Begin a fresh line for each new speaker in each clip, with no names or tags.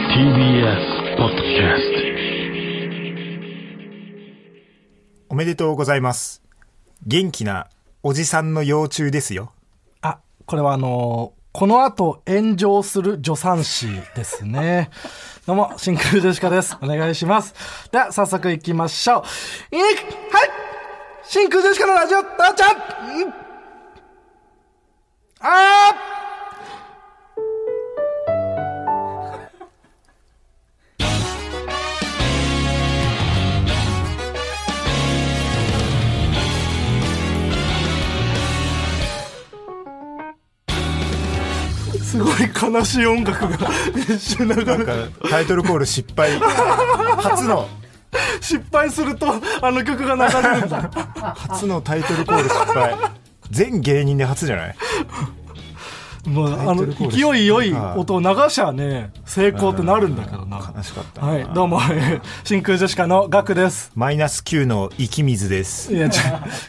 TBS ポッドキャスト
おめでとうございます。元気なおじさんの幼虫ですよ。
あ、これはあのーこの後炎上する助産師ですね。 どうも、真空ジェシカです。お願いします。では、早速行きましょう。いいねはい真空ジェシカのラジオ、あちゃんうんあーすごい悲しい音楽が一瞬流れ
なん
て
かタイトルコール失敗。初の、
失敗するとあの曲が流れるんだ
初のタイトルコール失敗。全芸人で初じゃない
もうあ
タイト
の
ルコール
勢い良い音を流しゃね成功ってなるんだけどな
悲しかったな
はいどうもえー 真空ジェシカのガクです
マイナス9の生き水です
い。や違う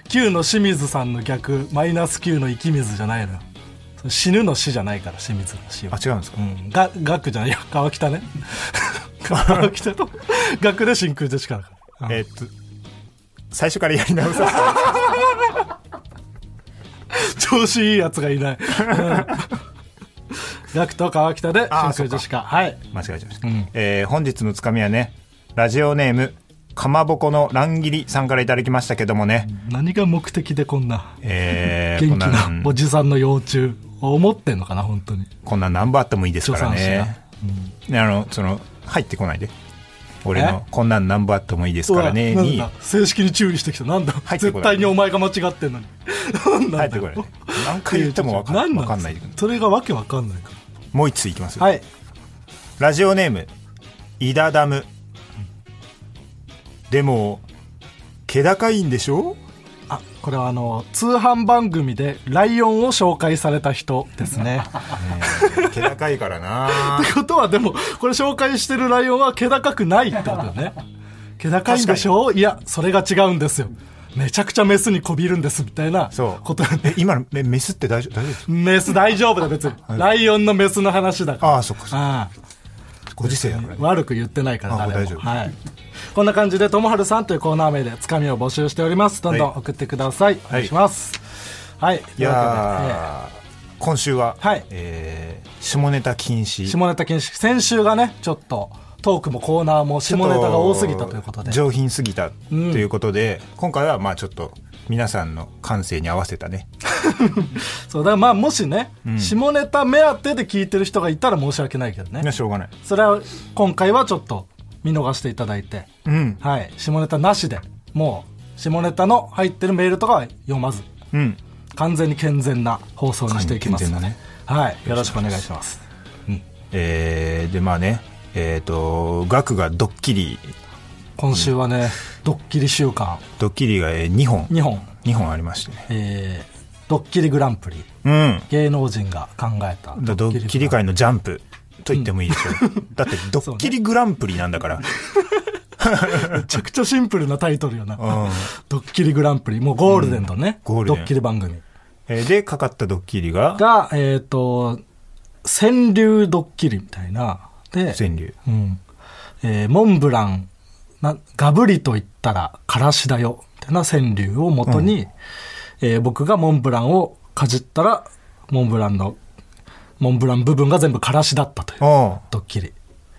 Q の清水さんの逆マイナス Q の生き水じゃないのよそれ死ぬの死じゃないから清水の死は
あ、違うんですか
うんがガクじゃないいや川北ね 川北とガクで真空ジェシカだからうん
えーっと、最初からやり直さ
調子いいやつがいないうんガクと川北で
あー
真空ジェシカはい
せて。 間違えちゃいました。えー本日のつかみはね、ラジオネーム、かまぼこの乱切りさんからいただきましたけどもね、
何が目的でこんな
えー
元気
こんな
なんおじさんの幼虫を思ってんのかな本当に
こんな何本あってもいいですから
助産
ね。ねあの、その、入ってこないで。俺の、こんなん何本あってもいいですからね、
うわなん
に、
だ正式に注意してきたなんだ
入ってこない
絶対にお前が間違ってんのに なんな
入
ん
って
だ
こないで。何回言ってもわかん
何
わかん
で
な
す
い。
それがわけわかんないか
もう一ついきますよ
らはい
ラジオネーム、イダダム。でも、気高いんでしょ
あこれはあの通販番組でライオンを紹介された人です ね
気高いからな
ってことはでもこれ紹介してるライオンは気高くないってことだよ ね気高いんでしょいやそれが違うんですよめちゃくちゃメスにこびるんですみたいな
そう。
ことなんで
え、今のメメスって大丈夫大丈夫ですか
メス大丈夫だ別に、ライオンのメスの話だから
ああ、そっかそっか。
あ
ご時世やから
あ。悪く言ってないから
あもう
誰も
大丈夫
はい、こんな感じで「ともはるさん」というコーナー名でつかみを募集しておりますどんどん
はい
送ってください、お願いしますはい、
い
というわ
やー今週は、
はい
えー下ネタ禁止。
けで、えー下ネタ禁止先週がねちょっとトークもコーナーも下ネタが多すぎたということで
上品すぎたということで、今回はまあちょっと皆さんの感性に合わせたね
そうだからまあもしね、下ネタ目当てで聞いてる人がいたら申し訳ないけどね
いやしょうがない
それは今回はちょっと見逃していただいて、
うん
はい、下ネタなしでもう下ネタの入ってるメールとかは読まず
うん
完全に健全な放送にしていきます
健全なね
はいよろしくお願いします
えーでまあねえっ、と額がドッキリ
今週はね、ドッキリ週間
ドッキリが2本
2本、
2本ありましてね
えードッキリグランプリ
うん
芸能人が考えた
だドッキリ
グラン
界のジャンプと言ってもいいでしょう、だってドッキリグランプリなんだから、
プリめちゃくちゃシンプルなタイトルよな、
うん
ドッキリグランプリもうゴールデンとね、
うんゴールデン
ドッキリ番組
えーでかかったドッキリが
がえっ、と川柳ドッキリみたいなで
川柳
うんえーモンブランなガブリと言ったらからしだよみたいな川柳をもとに、えー僕がモンブランをかじったらモンブランのモンブラン部分が全部からしだったという
お
ドッキリ、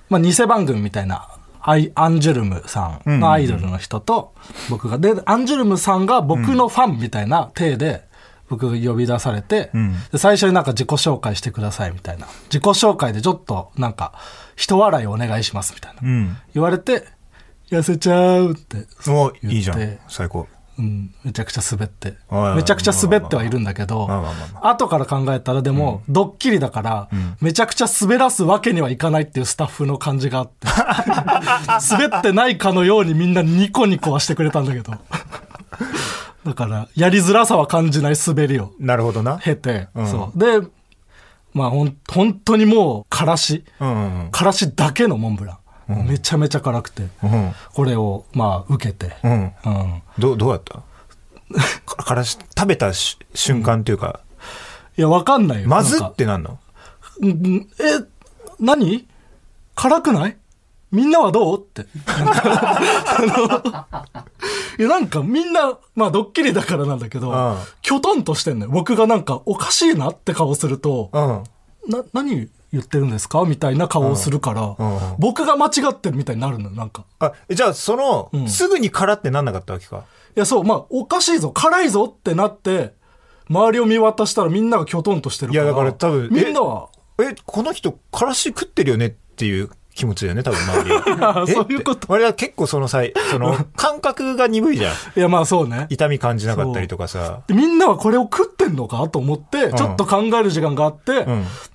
まあ、偽番組みたいなアイアンジュルムさんのアイドルの人と僕が、でアンジュルムさんが僕のファンみたいな体で僕が呼び出されて、
ん
で最初になんか自己紹介してくださいみたいな自己紹介でちょっとなんか人笑いお願いしますみたいな、
うん
言われて痩せちゃうって、
おいいじゃ
言っ
ん
て
最高
うん、めちゃくちゃ滑って
はい
めちゃくちゃ滑ってはいるんだけど
まあまあまあま
後から考えたらでも、ドッキリだから、めちゃくちゃ滑らすわけにはいかないっていうスタッフの感じがあって 滑ってないかのようにみんなニコニコはしてくれたんだけど だからやりづらさは感じない滑りを
なるほどな
経て、
うん
そうでまあほん本当にもうからし
うんうん
からしだけのモンブラン、めちゃめちゃ辛くて、
うんうん
これをまあ受けて、
うん
うん、
どうどうだったかからし食べたし瞬間というか、
いや、わかんないよ。
まず
な
っ
んか
てなんの
うんうんえ、何辛くないみんなはどうって。 あのいや、なんかみんな、まあドッキリだからなんだけど、
うん
きょとんとしてんのよ。僕がなんかおかしいなって顔すると、
うん。
な、何言ってるんですかみたいな顔をするから、
うんうん
僕が間違ってるみたいになるのよ、なんか。
あ、えじゃあ、その、
うん
すぐに空ってなんなかったわけか。
いや、そう、まあ、おかしいぞ、辛いぞってなって、周りを見渡したらみんながきょとんとしてるから。
いやだから多分
みんなは、。
え、この人、からし食ってるよねっていう気持ちだよね、多分周りは
そういうこと
俺は結構その際、その、感覚が鈍いじゃん。
いや、まあそうね。
痛み感じなかったりとかさ。
でみんなはこれを食ってんのかと思って、
ん
ちょっと考える時間があって、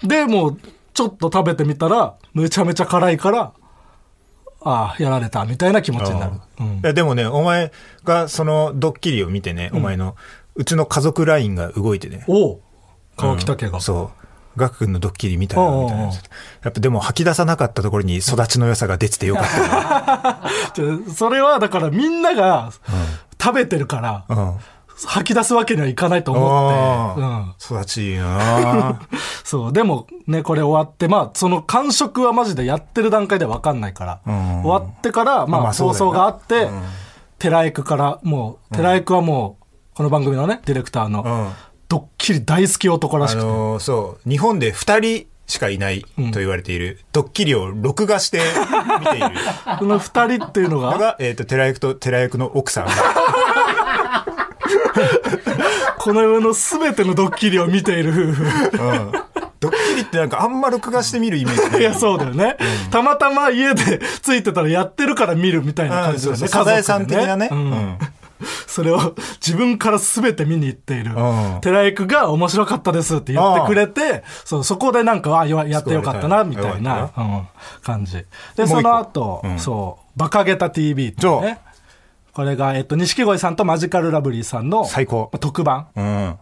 で、もう、ちょっと食べてみたら、めちゃめちゃ辛いから、ああ、やられた、みたいな気持ちになる。う
い
ん
やでもね、お前がそのドッキリを見てね、お前の、うちの家族ラインが動いてね。
おう、川北家が。
そう。ガク君のドッキリ見たよ、みたいな
うんうんうん
やつ。やっぱでも吐き出さなかったところに育ちの良さが出ててよかったよ。
ちょ それは、だからみんなが食べてるから、
うん。
吐き出すわけにはいかないと思って、うん
あ。ー育ちいい なあ
そう、でもね、これ終わって、まあ、その感触はマジでやってる段階では分かんないから、
うん
終わってから、ま
ま
あ、
あそう
放
だよ
送
な
があって、寺井くから、もう、寺井くはもう、この番組のね、ディレクターの、
うん
ドッキリ大好き男ら
あ
しくて、
のーそう、日本で二人しかいないと言われている、ドッキリを録画して 見ている
その二人っていうの
の
が、
が、えっ、と、寺役と寺役の奥さんが。
この世の全てのドッキリを見ている夫婦。
うんドッキリってなんかあんま録画して見るイメージない
いや、そうだよね。たまたま家でついてたらやってるから見るみたいな感じだ
そ
よ
う
ね。
そう。
家
サ
族で
ザエさん的なね。
うんそれを自分から全て見に行っている
うん。
寺井くが面白かったですって言ってくれて、そうそこでなんか、あややってよかったな、みたい
よ
な
かっ
うん感じ。で、
もう
そ
一個
の後
う、ん
そう、バカゲタ TV っていうね。これが、えっと、錦鯉さんとマジカルラブリーさんの
最高
特番。
うん。うん。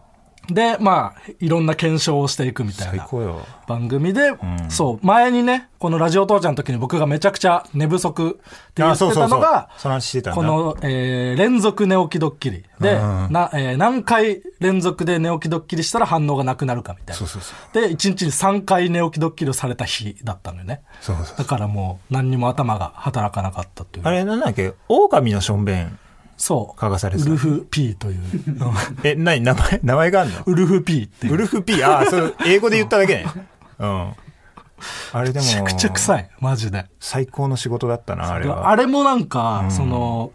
で、まあ、いろんな検証をしていくみたい
最
な
高よ。
番組で、そう、前にね、このラジオ父ちゃんの時に僕がめちゃくちゃ寝不足って言
あ、
って
そうそ
た
うそう
のが、。
その話してたんだ。
この、えー連続寝起きドッキリで、
うん
なえー何回連続で寝起きドッキリしたら反応がなくなるかみたいな。
そうそうそう。
で、1日に3回寝起きドッキリをされた日だったのよね。
そうそうそう
だからもう何にも頭が働かなかったという。
あれなんだっけ狼のしょんべん。
そう。
嗅がされて
ウ
た
ルフ P という。
え、なに名前、名前があるの
ウルフ P っていう。
ウルフ P。あー、そう、英語で言っただけ ね。うん。あれでも、
めちゃくちゃ臭い。マジで。
最高の仕事だったな、あれは。
あれもなんか、その、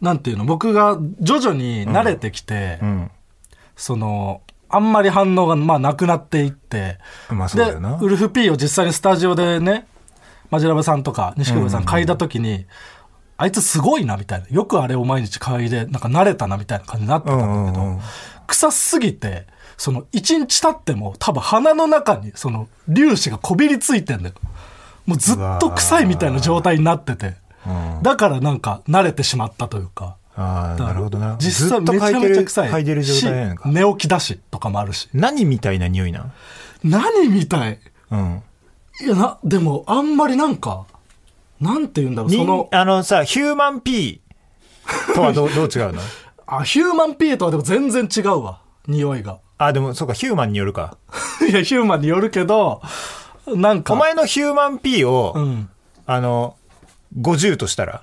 なんていうの、僕が徐々に慣れてきて、
うん。
その、あんまり反応が、まあ、なくなっていって、
まあそうだ
で
よな。
ウルフ P を実際にスタジオでねマジラブさんとか錦鯉さん嗅いだ時に、あいつすごいなみたいなよくあれを毎日嗅いでなんか慣れたなみたいな感じになって
う
た、
んうんうん。
臭すぎてその1日経っても多分鼻の中にその粒子がこびりついてんだよもうずっと臭いみたいな状態になってて、だからなんか慣れてしまったというか
ああ、なるほどな。
実際
ずっと
めちゃ
嗅いで
めちゃ
る、
臭い
嗅いでる状態なの
し
か。
寝起きだしとかもあるし
何みたいな匂いなん
何みたい
うん。
いやな、でも、あんまりなんか、なんて言うんだろう、そ
人
の、
あのさ、ヒューマン P とは どうどう違うの
あ、ヒューマンピーとはでも全然違うわ、匂いが。
あ、でもそうか、ヒューマンによるか。
いや、ヒューマンによるけど、なんか、
お前のヒューマン P を、
うん。
あの、50としたら。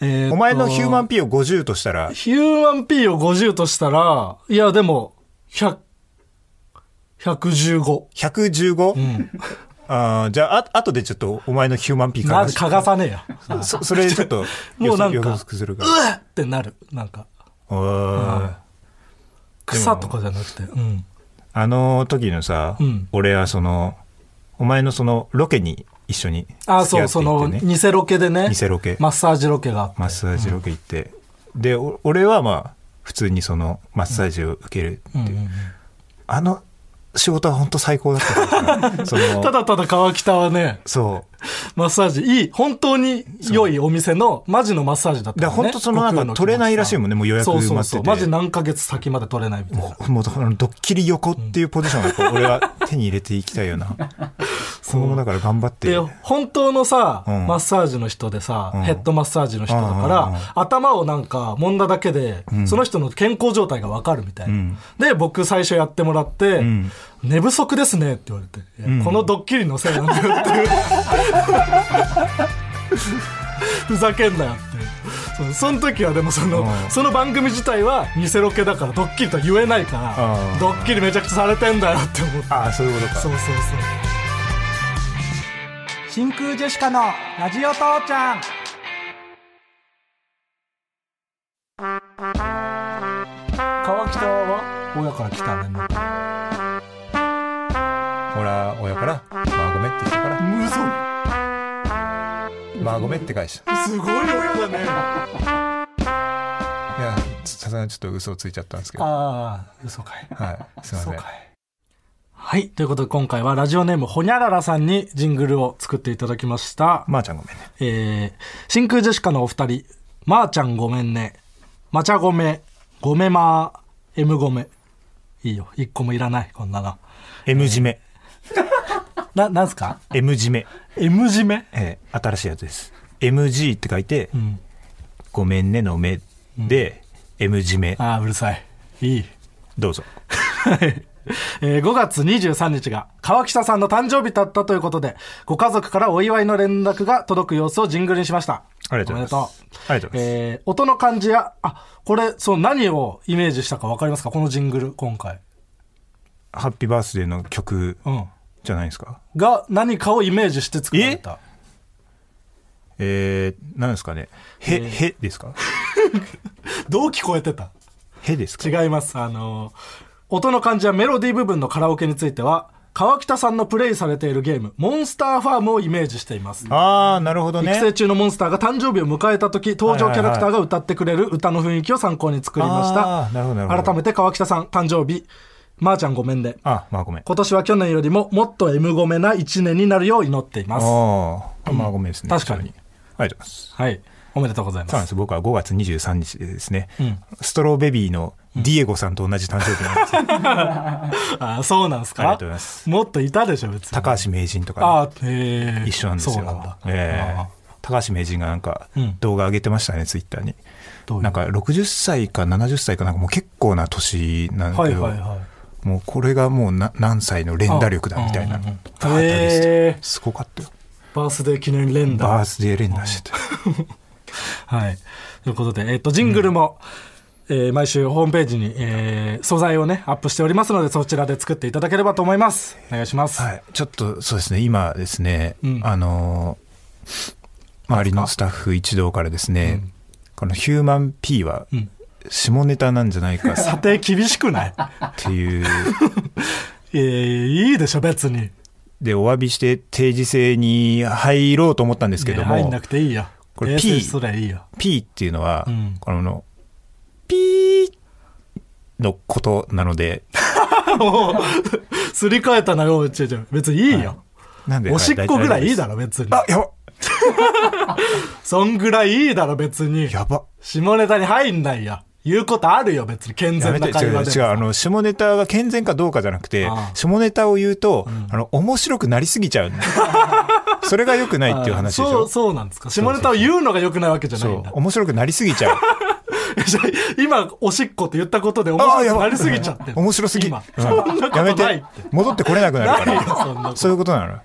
えーと
お前のヒューマン P を50としたら、
ヒューマンピーを50としたら、いや、でも、100、115。
115?
ん
あーじゃあ、あ後でちょっとお前のヒューマン P か
な
ら
ん。かがさねえや。、
そそれちょっと
もうなんか
予測するか
う
ら。
わっってなる。なんか、
おー
草とかじゃなくて。うん。
あの時のさ、
うん
俺はその、お前のそのロケに一緒に付き合
あ、
って
そ、
いうって
その、
ね
偽ロケでね。
偽ロケ
マッサージロケがあって
マッサージロケ行って、でお俺はまあ普通にそのマッサージを受けるっていう、
うんうんうん
あの仕事は本当最高だった からその
ただただ川北はね、
そう
マッサージ、いい、本当に良いお店の、マジのマッサージだった
で
から、ね。
本当そのなん
悟
か
空の気持ち
取れないらしいもんねもう予約埋
そ
まっ
う
てて
そうそう。マジ何ヶ月先まで取れないみたいな。
も うもうあのドッキリ横っていうポジションをこう俺は手に入れていきたいよな、今後もだから頑張って
で、本当のさ、
うん
マッサージの人でさ、
ん
ヘッドマッサージの人だから、
うんうんうん
頭をなんか揉んだだけで、その人の健康状態がわかるみたいな、
ん
で、僕最初やってもらって、
ん
寝不足ですねって言われて、いやこのドッキリのせいなんだよっ ていう。ふざけんなよってそうその時はでもその,、
うん
その番組自体は偽ロケだからドッキリとは言えないから、
うん
ドッキリめちゃくちゃされてんだよって思って
ああそういうことか
そうそうそう真空ジェシカのラジオ父ちゃん川北は親から来たねもう
ほら親から「まあごめん」って言ったから「まあごめん」って返したい
すごい親だね
やさすがにちょっと嘘をついちゃったんですけど
ああ嘘かい
はいすいま
嘘
せん
かいはい。ということで、今回はラジオネーム、ほにゃららさんにジングルを作っていただきました。
まー、ちゃんごめんね
えー、真空ジェシカのお二人、まー、ちゃんごめんね。まちゃごめ、ごめまー、M ごめ。いいよ。一個もいらない、こんなの。
M 締め
な、なんすか
M 締め
?M 締め
えー新しいやつです MG って書いて
うん。
「ごめんね」の「目」で M 締め
ああ、うるさい。いい。
どうぞ
えー5月23日が川北さんの誕生日だったということで、ご家族からお祝いの連絡が届く様子をジングルにしました。
ありがとうございます
おめでとう
ありがとうございます
えー音の感じや、あ、これ、そう、何をイメージしたかわかりますかこのジングル、今回。
ハッピーバースデーの曲
うん。
じゃないですか
が、何かをイメージして作られた。
えー、何ですかねへ、
えー
へですか
どう聞こえてた
へですか
違います。あのー音の感じやメロディー部分のカラオケについては、川北さんのプレイされているゲーム、モンスターファームをイメージしています。
ああなるほどね
育成中のモンスターが誕生日を迎えた時登場キャラクターが歌ってくれる歌の雰囲気を参考に作りまし
あーなるほどなるほ
た
ど
改めて川北さん誕生日まー、ちゃんごめんね
あまあごめん
今年は去年よりももっと M ごめな1年になるよう祈っています
ああまあごめんですね
確かに
ありがとうございます
はいおめでとうござい
そうなん
ま
ですす僕は5月23日でですね、
うん
ストロベビーのディエゴさんと同じ誕生日なんですよ
あーそうなんですか
ありがとうございます
もっといたでしょ別に
高橋名人とか
あーへー
一緒なんですよ
そうなんだ
ええ
あ
高橋名人がなんか
うん
動画上げてましたね、ツイッターに
どういう
なんか60歳か70歳かなんかもう結構な年なん
ー
だ
は
け
い
ど、
はいはい
もうこれがもうな何歳の連打力だみたいな
うんうんうん
バーッと上げてて
へえ
すごかったよ
バースデー記念連打
バースデー連打してて
はい。ということで、えっ、と、ジングルも、えー毎週ホームページに、えー素材をね、アップしておりますので、そちらで作っていただければと思います。お願いします。
はい、ちょっとそうですね、今ですね、
うん
あのー周りのスタッフ一同からですね、このヒューマン P は
うん
下ネタなんじゃないか
査定厳し くない
って いう、
えーいいでしょ、別に。
で、お詫びして定時制に入ろうと思ったんですけど
ね入
も、
んなくていいよ。
これ P
訂正すりゃいいよ。
P っていうのは、
うん
この、ピーのことなので、
もう、すり替えたなよ、ちょいちょい別にいいよ。
なんで、
おしっこぐらいいいだ
ろ。
ろ、別に。
あ、やば
そんぐらいいいだろ、別に。
やば
下ネタに入んないよ。言うことあるよ、別に。健
や
全
めて
な
違
会
う
話で。
違うあの下ネタが健全かどうかじゃなくて
ああ
下ネタを言うと、あの面白くなりすぎちゃう それが良くないっていう話でし
そう、
ょ
そうなんですか。下ネタを言うのが良くないわけじゃない
そ
ん
う
だ。
面白くなりすぎちゃう
今、おしっこって言ったことで面
あーや
白く
ば
なりすぎちゃってる。
面白すぎ、
今
うん
そんなこと
やめ
な
て
いって。
戻ってこれなくなるか
ないよ、
ら
そんなこと。
そういうことなの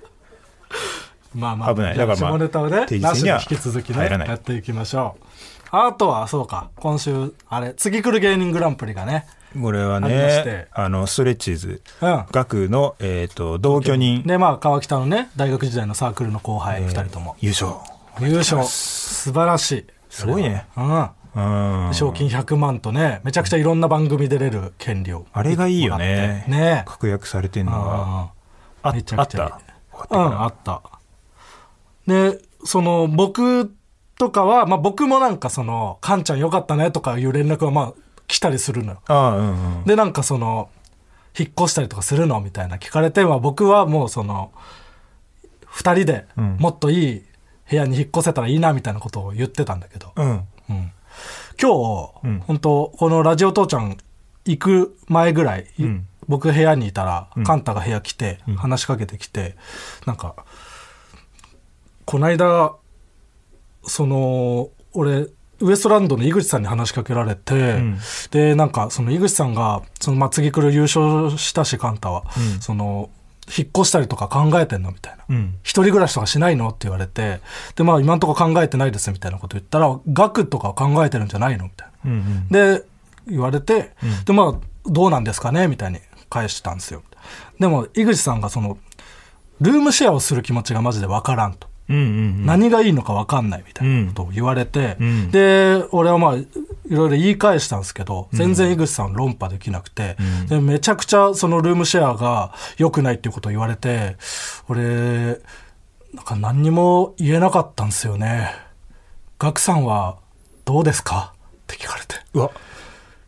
まあまあ、
危ない
じゃ
だからまあ
下ネタをね、
定時
なし
制
で
には
引き続きね、
入らない
やっていきましょう。あとは、そうか、今週、あれ、次来る芸人グランプリがね、
これは
ありまして
ねあのストレッチーズ
うん。
学の、えー、と同居人、
で、まあ、川北のね、大学時代のサークルの後輩、二人とも。
優勝
優勝。素晴らしい。
すごいね
うん。
うん
賞金100万とね、めちゃくちゃいろんな番組出れる権利を。
あれがいいよね
ね
確約されてんのが
あ
あ
めちゃ
あ
く
っ
ちゃいい
た
うん、あった。で、その、僕とかは、まあ僕もなんかその、カンちゃんよかったねとかいう連絡はまあ来たりするのよ。
ああうんうん
で、なんかその、引っ越したりとかするのみたいな聞かれて、まあ僕はもうその、二人で
ん
もっといい部屋に引っ越せたらいいなみたいなことを言ってたんだけど、
うん
今日、
うん
本当このラジオ父ちゃん行く前ぐらい、
ん
僕部屋にいたら、カンタが部屋来て、話しかけてきて、なんか、こないだ、その、俺、ウエストランドの井口さんに話しかけられて、で、なんか、その井口さんが、その、まあ、次来る優勝したし、カンタは、その、引っ越したりとか考えてんのみたいな。
うん
一人暮らしとかしないのって言われて、で、まあ、今んとこ考えてないです、みたいなこと言ったら、額とかは考えてるんじゃないのみたいな。
うん
で、言われて、で、まあ、どうなんですかねみたいに返したんですよ。でも、井口さんがその、ルームシェアをする気持ちがマジでわからんと。
うんうん
何がいいのかわかんないみたいなことを言われて、
ん
で、俺はまあ、いろいろ言い返したんですけど、全然井口さん論破できなくて、でめちゃくちゃそのルームシェアが良くないっていうことを言われて、俺、なんか何にも言えなかったんですよね。ガクさんはどうですかって聞かれて。
うわ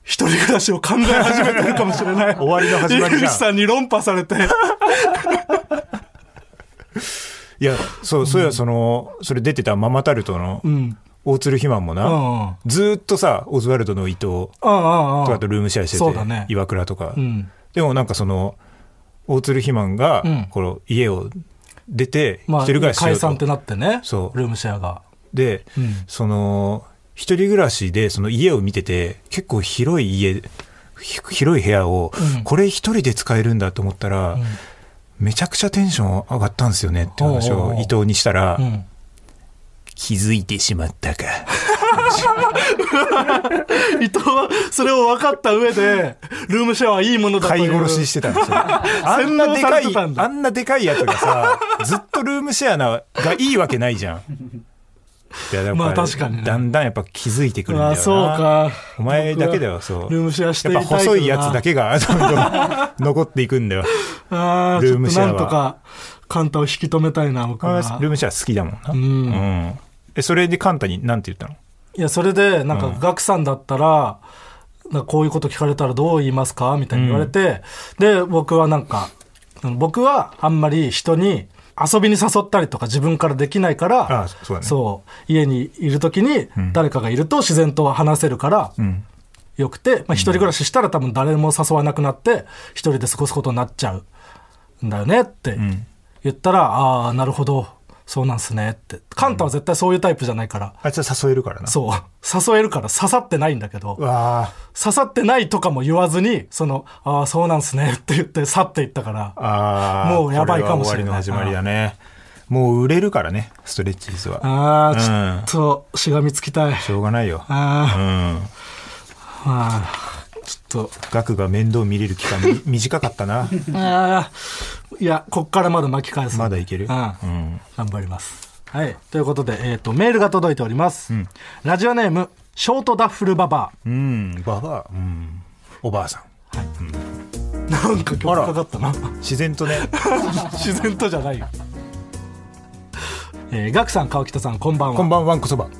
一人暮らしを考え始めてるかもしれない。
終わりの始まり
井
じゃん
口さんに論破 されて。
いや、そう、そういや、その、それ出てたママタルトの
うん。
大鶴ひまんも
うん。う
な、
ん
ずーっとさ、オズワルドの伊藤と
うんう
か
ん
と。ルームシェアして
そうだね
て、岩倉とか
う。ん。
でもなんかその、大鶴ひまんが
うん、
この家を出て、
ま
一
あ、
人暮らししよ
解
うと
散ってなってね。
そう
ルームシェアが。
で、
うん
その一人暮らしでその家を見てて結構広い家ひ広い部屋を、
うん
これ一人で使えるんだと思ったら、めちゃくちゃテンション上がったんですよねって話
おうお
を
うおう
伊藤にしたら、
うん。
気づいてしまったか
伊藤は、それを分かった上で、ルームシェアはいいものだと
飼
い。
いう殺ししてたんですよあんなでかい
洗脳されてたんだ
あんなでかいやつがさずっとルームシェアながいいわけないじ ゃんいやだら
まあ確かにね
だんだんやっぱ気づいてくるんだよ
あ
な
あ、そうか。
お前だけだよそう
ルームシェアしてい
やっ
たい
ぱ
けどな
細いやつだ。けが どんど ん残っていくんだよ。
ああ、ち
ルー
ょっ
ム
と
シェア
な
は
んとか、カンタを引き止めたいな、僕
俺
は。
はルームシェア好きだもんな。
ん
うんえそれでカンタに何て言ったの
いや、それで、なんか、ガクさんだったら、なんかこういうこと聞かれたらどう言いますかみたいに言われて、で、僕はなんか、その僕はあんまり人に遊びに誘ったりとか自分からできないから、
ああそうだね
そう家にいるときに誰かがいると自然と話せるから、よくて、まあ、一人暮らししたら多分誰も誘わなくなって、一人で過ごすことになっちゃうんだよねって言ったら、ああ、なるほど、そうなんすねって。カンタは絶対そういうタイプじゃないから、
あいつは誘えるからな。
そう。誘えるから刺さってないんだけど、
わ
刺さってないとかも言わずに、その、ああ、そうなんすねって言って去っていったから
あ。、ああ
もうやばいかもしれない
こは終わりの始まりだね。もう売れるからね、ストレッチーズは。
ああ、
うん
ちょっとしがみつきたい。
しょうがないよ。う
あ
ん。
あ、まあ、ちょっと、
額が面倒見れる期間 み短かったな。
ああ、いや、こっからまだ巻き返す。
まだいける。
うん
うん
頑張ります。はい。ということで、えっ、と、メールが届いております。ラジオネーム、ショートダッフルババ
うん。ばばあ、うん。おばあさん。
ア。なんか曲かかったな。
自然 とね。
自然とじゃないよ。えー、ガクさん、川北さん、こんばんは。
こんばんは、わんこそば。
はい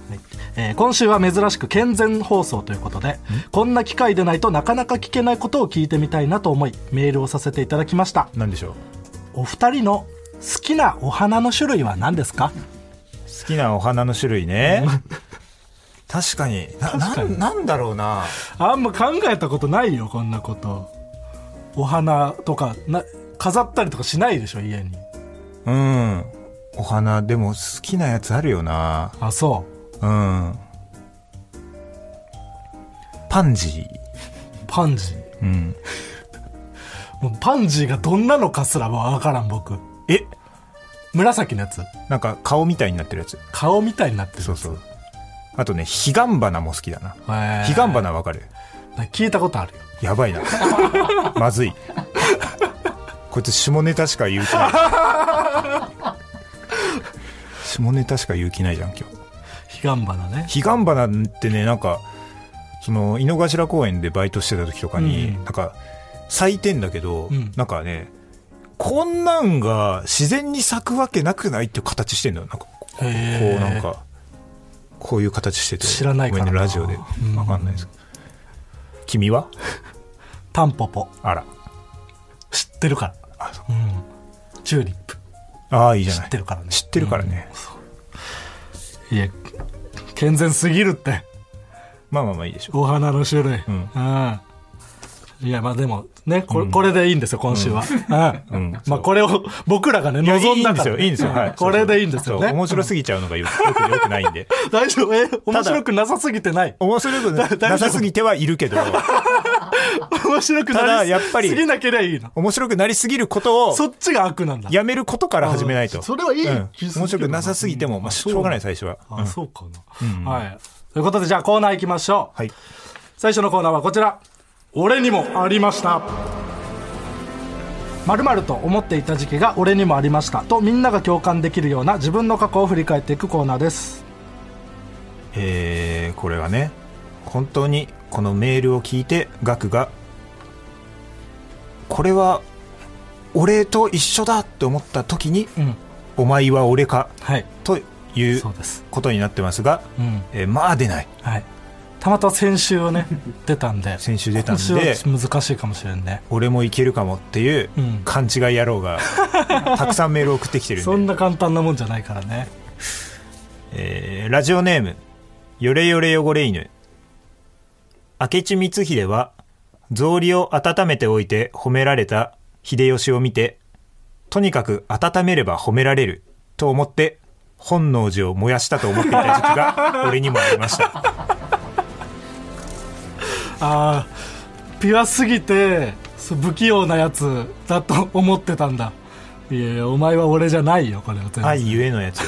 えー今週は珍しく健全放送ということでこんな機会でないとなかなか聞けないことを聞いてみたいなと思いメールをさせていただきました
なんでしょう。
お二人の好きなお花の種類は何ですか
好きなお花の種類ね。確かに。な、なんなんだろうな。
あんま考えたことないよこんなことお花とかな飾ったりとかしないでしょ家に
うん。お花、でも好きなやつあるよな。
あそ
うん。パンジ
うパンジー
ー。うん。
もうパンジーがどんなのかすらは分からん僕
え
紫のやつ
なんか顔みたいになってるやつ。
顔みたいになってる
そうそう。あとね、彼岸花も好きだな。
へー
彼岸花わかる
聞いたことあるよ
や ばいな。まずい。こいつ下ネタしか言う気ない。下ネタしか言う気ないじゃん、今日。
彼岸花
彼
ね
岸花ってねなんかその井の頭公園でバイトしてた時とかに、
うん
なんか咲いてんだけど、
うん
なんかねこんなんが自然に咲くわけなくないっていう形してんだよなんかこう
へー
なんかこういう形してて
知らないから
ごめ
な
んねラジオで
うん
わかんないですけど、君は
タンポポ
あら
知ってるから
あそ
うん、チューリップ
ああいいじゃ
知
ない
ってるからね
知ってるからね、
いや健全すぎるって
まあまあまあいいでしょ
お花の種類
うん
うんいや、まあでも、ね、これ、これでいいんですよ、今週は。うん。 まあこれを、僕らがね、
や
望んだから。
いいんですよいいんですよはい
これでいいんですよ
そう
ね。
面白すぎちゃうのがよくよくよくないんで。
大丈夫え面白くなさすぎてない。
面白くななさすぎてはいるけ ど、
面白く
た
な
だ
り
やっぱり
すぎなければいいの。
面白くなりすぎることを
そっちが悪なんだ。
やめることから始めないと。
あそれはいい
うん
気づきだな
面白くなさすぎても、まあ、しょうがない最初は。
あ、そうかな、はい。ということで、じゃあコーナー行きましょう。
はい。
最初のコーナーはこちら。俺にもありました。まると思っていた時期が俺にもありましたとみんなが共感できるような自分の過去を振り返っていくコーナーです
えーこれはね本当にこのメールを聞いてガクがこれは俺と一緒だと思った時に、
うん
お前は俺か
はい
という
そうです
ことになってますが、
うん
えーまあ出ない
はいたまたま先週ね出たん で
先週出たんで
今週は難しいかもしれんね
俺もいけるかもっていう
うん
勘違い野郎 がたくさんメールを送ってきてるんで
そんな簡単なもんじゃないからね
えーラジオネーム、よれよれ汚れ犬。明智光秀は、草履を温めておいて褒められた秀吉を見て、とにかく温めれば褒められると思って、本能寺を燃やしたと思っていた時期が 俺にもありました。
あーピュアすぎてそう不器用なやつだと思ってたんだいやいやお前は俺じゃないよこれは全然
愛ゆえのやつ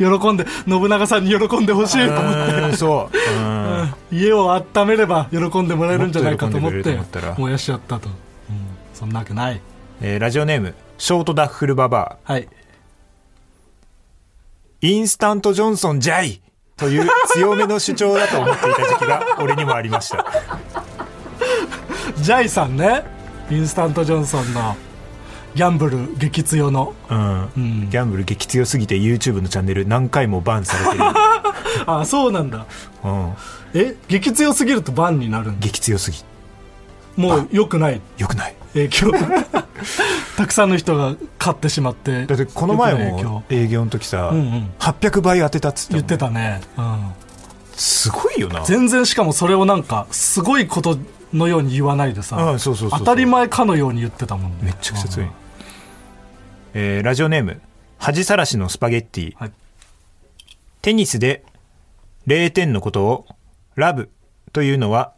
よ。
喜んで信長さんに喜んでほしいと
う
思って
ーん、そう。うーん。
家を温めれば喜んでもらえるんじゃないかと思っ
もっと喜んで
て
くれると思ったら
燃やしちゃったと、うん、そんなわけない
えーラジオネーム、ショートダッフルババア。
はい
インスタントジョンソンじゃいという強めの主張だと思っていた時期が俺にもありました。
ジャイさんねインスタントジョンソンのギャンブル激強の
うん、ギャンブル激強すぎて YouTube のチャンネル何回もバンされてる、
あそうなんだ
うん、
え激強すぎるとバンになるんだ
激強すぎ
もう良くない
よくない
影響 たくさんの人が買ってしまって
だってこの前
良くない影響
も営業の時さ、
んうん
800倍当てたっつって
言ってたね、うん、
すごいよな
全然しかもそれをなんかすごいことのように言わないでさ、
うんそうそうそうそう
当たり前かのように言ってたもんね
めっちゃくちゃ強い、
うん
えーラジオネーム恥さらしのスパゲッティ、
はい
テニスで0点のことをラブというのは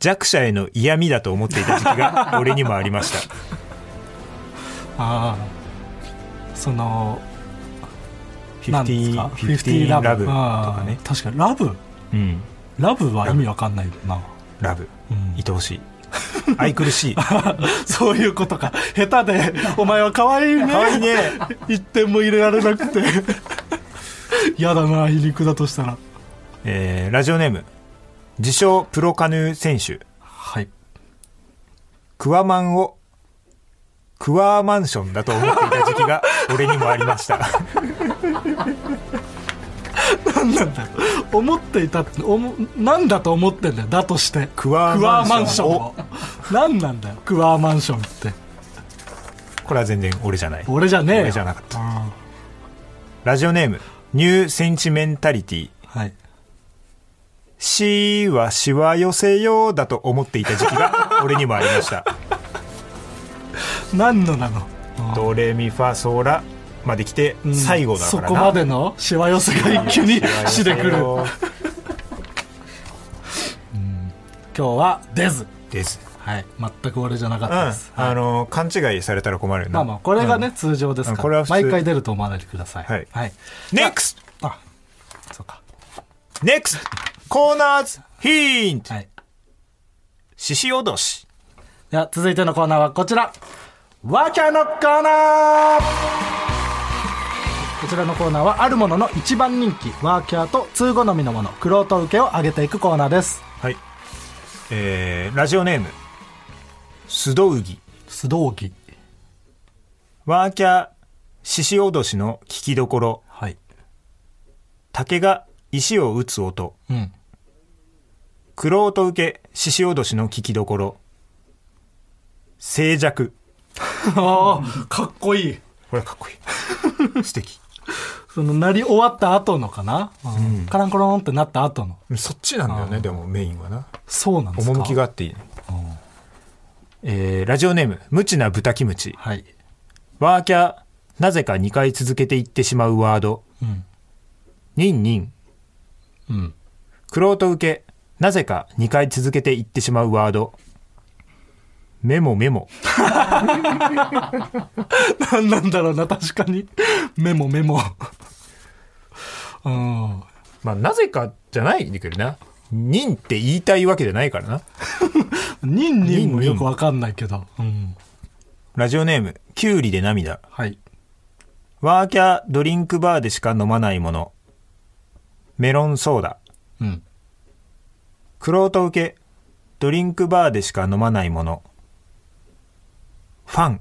弱者への嫌味だと思っていた時期 が俺にもありました
ああそのなんですか
15 15ラブとかね
あ、ー確かにラブ
うん、
ラブは意味わかんないよな
ラブ、
ん
愛おし い愛くるしい
そういうことか下手 で「お前は可愛いね」
可愛いね
一点も入れられな くて嫌だな皮肉だとしたら
えーラジオネーム自称プロカヌー選手
はい
クワマンをクワーマンションだと思っていた時期 が俺にもありました
何なんだよ思っていたっておもなんだと思ってんだよだとして
クワー
クワーマ
マ
ン
ン
シ
シ
ョ
ョ
ン
ン
を何なんだよクワーマンションって
これは全然俺じゃない
俺じゃねえよ
俺じゃなかったラジオネームニューセンチメンタリティ
はい
しはしわ寄せようだと思っていた時期 が俺にもありました
何のなの
ドレミファソラまで来て最後だ
そ
から
こ
な、
までのしわ寄せが一気にしてくる今日は出ず
です
はい全く俺じゃなかっ
うん、
たです、
あの勘違いされたら困るよ
ま
な
あまあこれがね、通常です
うんこれ
から
は普通
毎回出ると思わないでください
はい
はい、
NEXT!
あそうか
NEXT! コーナーズヒント
はい
獅子おどし
では続いてのコーナーはこちらワキャのコーナーこちらのコーナーはあるものの一番人気ワーキャーと通好みのものクロート受けを上げていくコーナーです
はいえー、ラジオネーム須藤ぎ
須藤木
ワーキャー獅子おどしの聞きどころ
はい
竹が石を打つ音
うん
玄人受け獅子おどしの聞きどころ静寂
ああかっこいい
これかっこいい 素敵
その鳴り終わった後のかな、うんカランコロンってなった後の
そっちなんだよねでもメインはな
そうなんですか
趣があっていいね
うん
えーラジオネーム無知な豚キムチ
はい。
ワーキャーなぜか2回続けていってしまうワード
うん。
ニンニン
うん。
クロート受けなぜか2回続けていってしまうワードメモメモ
なんなんだろうな、確かに。メモメモ。 うん。
まあなぜかじゃないんだけどなニンって言いたいわけじゃないからな
ニンニンもよくわかんないけど。うん。
ラジオネームキュウリで涙
はい。
ワーキャードリンクバーでしか飲まないものメロンソーダ
うん。
クロート受けドリンクバーでしか飲まないものファン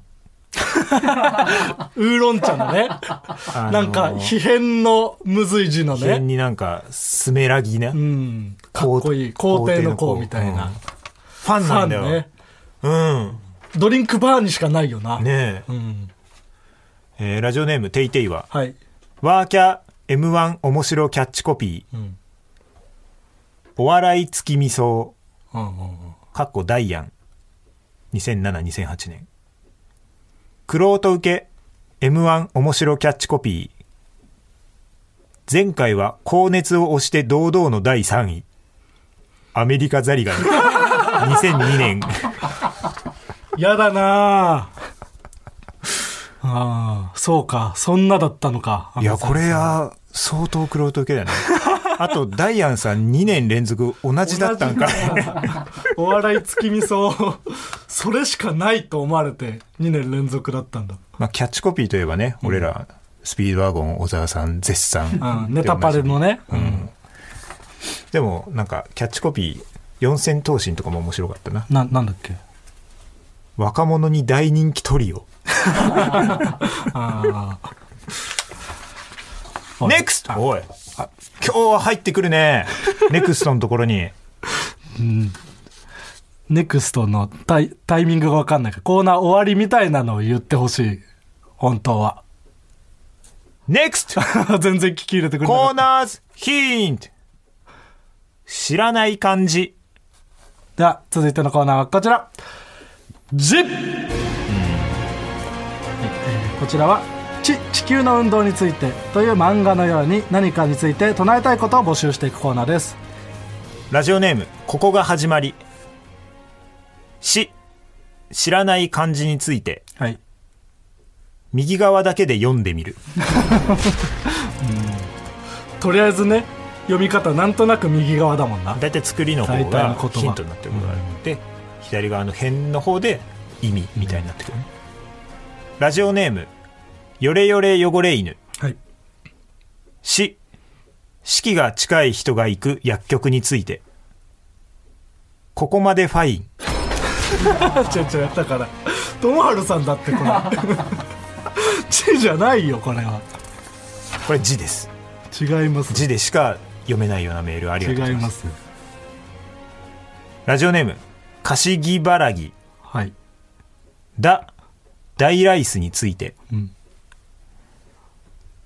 ウーロン茶の ね。
あのー
なんか、秘変のむずい字の
辺
ね。
になんかスメラギな、
う
フ
ん。かっこいい。皇帝の皇みたい
うん
な。
ァン
フ
な
ァ
んだよ、
ンね。
うん
ドリンクバーにしかないよな。
ね
うん。
ええーラジオネームテイテイは
はい。
ワーキャー M1 面白キャッチコピー
うん。
お笑い月見草
うんうんうん。
かっこダイアン2007-2008年クロート受け M1 面白キャッチコピー前回は高熱を押して堂々の第3位アメリカザリガニ2002年
やだなぁ。ああ、そうか。そんなだったのか。
いやこれは相当クロート受けだねあとダイアンさん2年連続同じだったんかい
お笑い月見草、それしかないと思われて2年連続だったんだ。
まあキャッチコピーといえばね俺らスピードワゴン小沢さん絶賛
うん、ネタパレのね。うん。
でもなんかキャッチコピー四千頭身とかも面白かったな
な、なんだっけ。
若者に大人気トリオ
ああ。
ネクストおいあ今日は入ってくる ねネクストのところに
ネクストのタイタイミングがわかんないから、コーナー終わりみたいなのを言ってほしい。本当は。
ネクスト
全然聞き入れてくれな
コ
か
ー
った。
ナーズヒント知らない漢字
では、続いてのコーナーはこちら。ジッこちらは「地地球の運動について」という漫画のように何かについて唱えたいことを募集していくコーナーです
ラジオネームここが始まりし知らない漢字について
はい
右側だけで読んでみる
とりあえずね読み方なんとなく右側だもんな
大体作りの方
大体の
が
言葉
ヒントになってることがあるので、左側の辺の方で意味みたいになってくるね、ラジオネームよれよれ汚れ犬
はい
死死期が近い人が行く薬局についてここまでファイン
ちょちょだから友春さんだってこれ地じゃないよこれは
これ字です
違います
字でしか読めないようなメールあり
違
がとうござ
い
いま
ますす
ラジオネーム柏木ばらぎ
はい
だ大ライスについて、
うん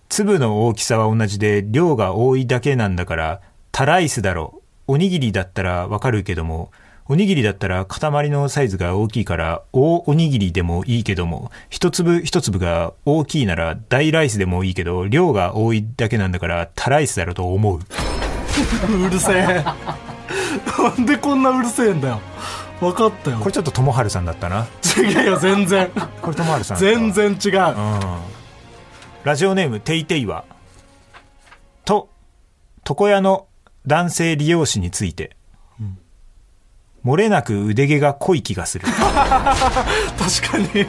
粒の大きさは同じで量が多いだけなんだからタライスだろおにぎりだったらわかるけどもおにぎりだったら塊のサイズが大きいから大おにぎりでもいいけども一粒一粒が大きいなら大ライスでもいいけど量が多いだけなんだからタライスだろと思う
うるせえなんでこんなうるせえんだよ分かったよ
これちょっと友春さんだったな
違うよ全然
これ友春さんだったわ
全然違う
ラジオネームテイテイは、と、床屋の男性利用士について、漏れなく腕毛が濃い気がす る。
確かに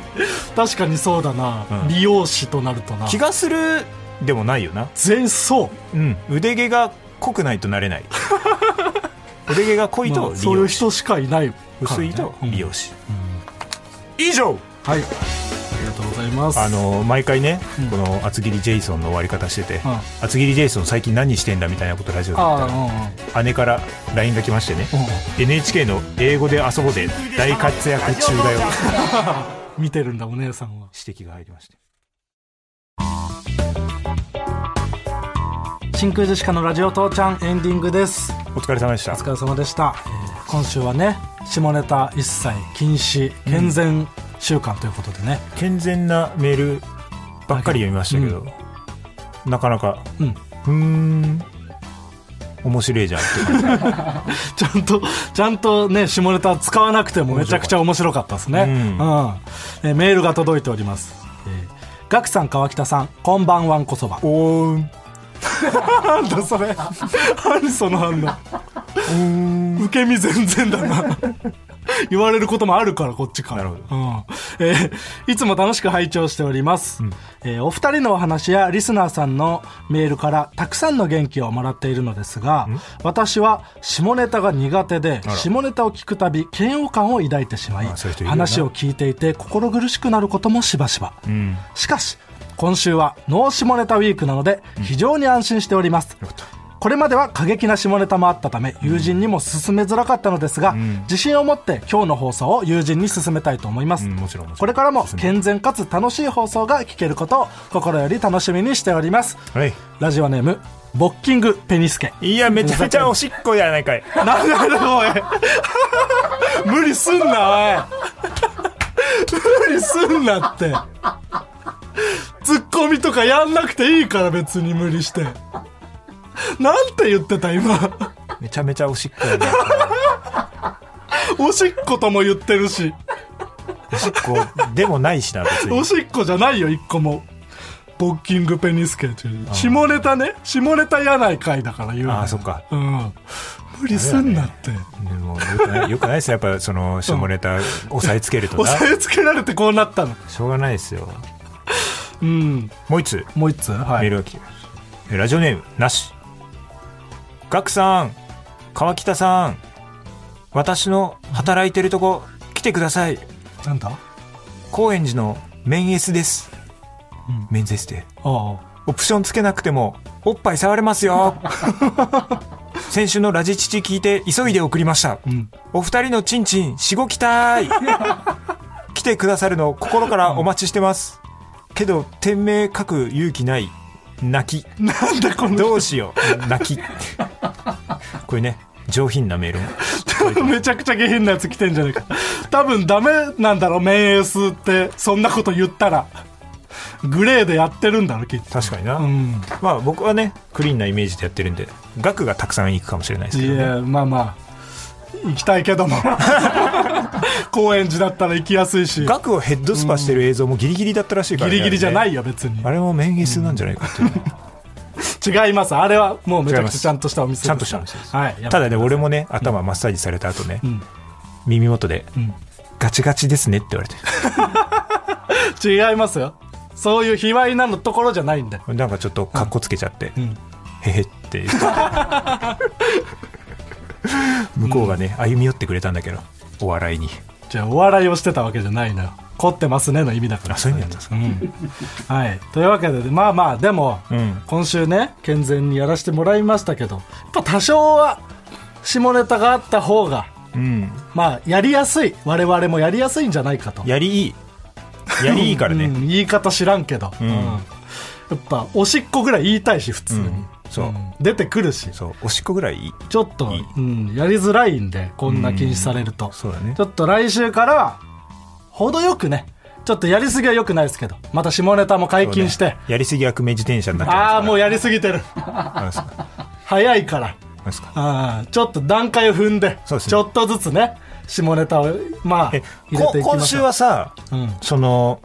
確かにそうだな、
うん
利用士となるとな
気がするでもないよな。
全そう
うん。腕毛が濃くないとなれ ない。腕毛が濃い
ま
と
あ
利
そういう
用士。
人しかいないから
薄
ね
いと
うん
利用士。以上
はいありがとうございます
あの毎回ね、
うん
この厚切りジェイソンの終わり方してて、
うん
厚切りジェイソン最近何してんだみたいなことラジオで言ったら
あ
姉から LINE が来ましてね、NHK の「英語で遊ぼう」で大活躍中だよ
うんうん見てるんだお姉さんは
指摘が入りまして
真空ジェシカのラジオ父ちゃんエンディングです
お疲れ様でした
お疲れ様でした、えー今週はね下ネタ一切禁止健全週間ということでね、
健全なメールばっかり読みましたけど、なかなか
うん
うーん面白い じゃんって感じ
ちゃんとちゃんとね下ネタ使わなくてもめちゃくちゃ面白かったですね、
う
うんんえーメールが届いております、えー、ガクさん川北さんこんばんはんこそば
おーん
なんだそれ何その反応受け身全然だな言われることもあるからこっちから
なるほど
うんえーいつも楽しく拝聴しております、えーお二人のお話やリスナーさんのメールからたくさんの元気をもらっているのですが私は下ネタが苦手で下ネタを聞くたび嫌悪感を抱いてしまい
あそういう人いるよな
話を聞いていて心苦しくなることもしばしば、
うん
しかし今週はノー下ネタウィークなので非常に安心しております、これまでは過激な下ネタもあったため友人にも勧めづらかったのですが、自信を持って今日の放送を友人に勧めたいと思います、
うんもちろんもちろん
これからも健全かつ楽しい放送が聞けることを心より楽しみにしております
はい
ラジオネームボッキングペニスケ
いやめちゃめちゃおしっこやないか い
なんだろおい無理すんなおい無理すんなってツッコミとかやんなくていいから別に無理してなんて言ってた今
めちゃめちゃおしっこやない
おしっことも言ってるし
おしっこでもないしな別に
おしっこじゃないよ一個もボッキングペニスケという下ネタね下ネタやない回だから言うの
あーそっか
うん無理すんなって、
でもよくないよくないですよやっぱその下ネタ押さえつけるとな
押さえつけられてこうなったの
しょうがないですよ
うん
もう一つ
もう一つは
メー
い
ルが来てます、えラジオネームなしガクさん川北さん私の働いてるとこ来てください
なんだあ
高円寺のメンエスです、
うん
メンズエスで
あ
オプションつけなくてもおっぱい触れます よ先週のラジチチ聞いて急いで送りました、
ん
お二人のチンチンしごきた い来てくださるのを心からお待ちしてます、けど店名書く勇気ない泣き
なんだこの
どうしよう泣きこれね上品なメールも
人 めちゃくちゃ下品なやつ来てんじゃねえか多分ダメなんだろメンエースってそんなこと言ったらグレーでやってるんだろきっと
確かにな、
うん
まあ僕はねクリーンなイメージでやってるんで額がたくさんいくかもしれないですけ
い
ど、ね、
やまあまあ行きたいけど も高円寺だったら行きやすいし
額をヘッドスパしてる映像もギリギリだったらしいか
ギ
ら、
リギリじゃないいよ別に
あれもメンゲスなんじゃないかっていう、
違いますあれはもうめちゃくちゃちゃんとしたお店
ちゃんとした話です、
はい
ただね俺もね頭マッサージされた後ね、
ん
耳元で、
ん
ガチガチですね」って言われて
違いますよそういう卑猥なのところじゃないんで
なんかちょっとかっこつけちゃって「
ん
へへ」って言 って向こうがね歩み寄ってくれたんだけどお笑いに
じゃあお笑いをしてたわけじゃないのよ凝ってますねの意味だから
あそういう意味だったんですか、
はい、というわけでまあまあでも、
うん
今週ね健全にやらせてもらいましたけどやっぱ多少は下ネタがあった方が
うん、
まあやりやすい我々もやりやすいんじゃないかと
やりいいやりいいからね、
うん言い方知らんけど、うんやっぱおしっこぐらい言いたいし普通に、
そう、
うん出てくるし
そうおしっこぐらいいい
ちょっと
いい
うん、やりづらいんでこんな禁止されると、
そうだね
ちょっと来週からは程よくねちょっとやりすぎは良くないですけどまた下ネタも解禁して、
そうねやりすぎ悪名自転車になって
ああも
う
うやりすぎてる
なんですか
早いから
なんですか
あーちょっと段階を踏んで
そうですね
ちょっとずつね下ネタをまあ
え
入れ
こ
ていきましょう
今週はさ、
うん
その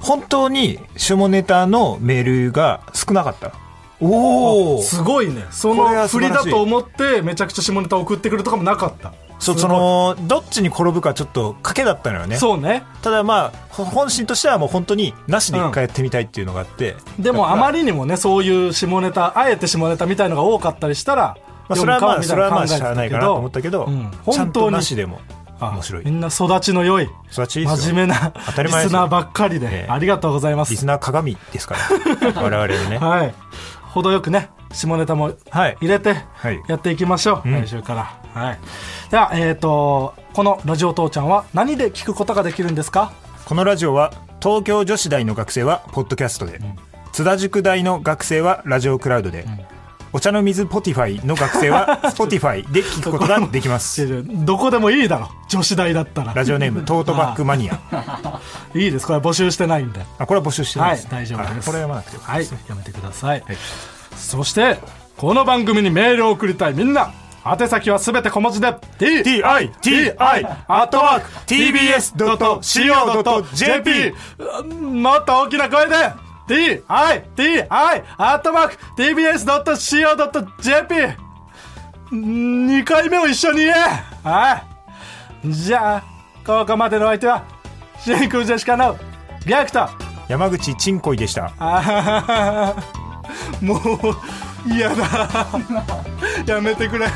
本当に下ネタのメールが少なかったおお
すごいね
こ
そ
れは
の
素晴
振り
らしい
だと思ってめちゃくちゃ下ネタ送ってくるとかもなかった
そ
す
そ
ごい
のどっちに転ぶかちょっと賭けだったのよね
そうね
ただまあほ本心としてはもう本当になしで一回やってみたいっていうのがあって、
でもあまりにもねそういう下ネタあえて下ネタみたいのが多かったりしたら
まあ、それはまあ
読
そ
む
れは
か
まあ
みた
し
い
ゃあ
なの考
な
え
い
て
か
た
なと思ったけど、
うん
ちゃん
本
と
当に
なしでも面白い
みんな育ちの良い
育ちいいです
真
よ
面目な
当たり前ですよ
リスナーばっかりで、
ええ
ありがとうございま
リス
す
ナー鏡ですから 我々のね
はい程よくね下ネタも
はい
入れて
い
やっていきましょ
う
う、
ん
来週から、はい、では、えっとこの「ラジオ父ちゃん」は何で聞くことができるんですか
このラジオは東京女子大の学生はポッドキャストで、津田塾大の学生はラジオクラウドで、お茶の水ポティファイの学生はスポティファイで聞くことができま
いや
す
いやどこでもいいだろ女子大だったら
ラジオネームトートバッグマニア
いいですこれ募集してないんで
あこれは募集してない
は
で
い
す、
大丈夫
あ
です
これはまなくてよかった
は
で
い
すね
やめてください、そしてこの番組にメールを送りたいみんな宛先はすべて小文字で T
TITI アットワーク TBS.CO.JP
もっと大きな声で TITI アットマーク TBS.CO.JP 2回目を一緒に言えはいじゃあここまでのお相手は真空ジェシカのリアクター
山口ちんこいでした
あーもう嫌だやめてくれ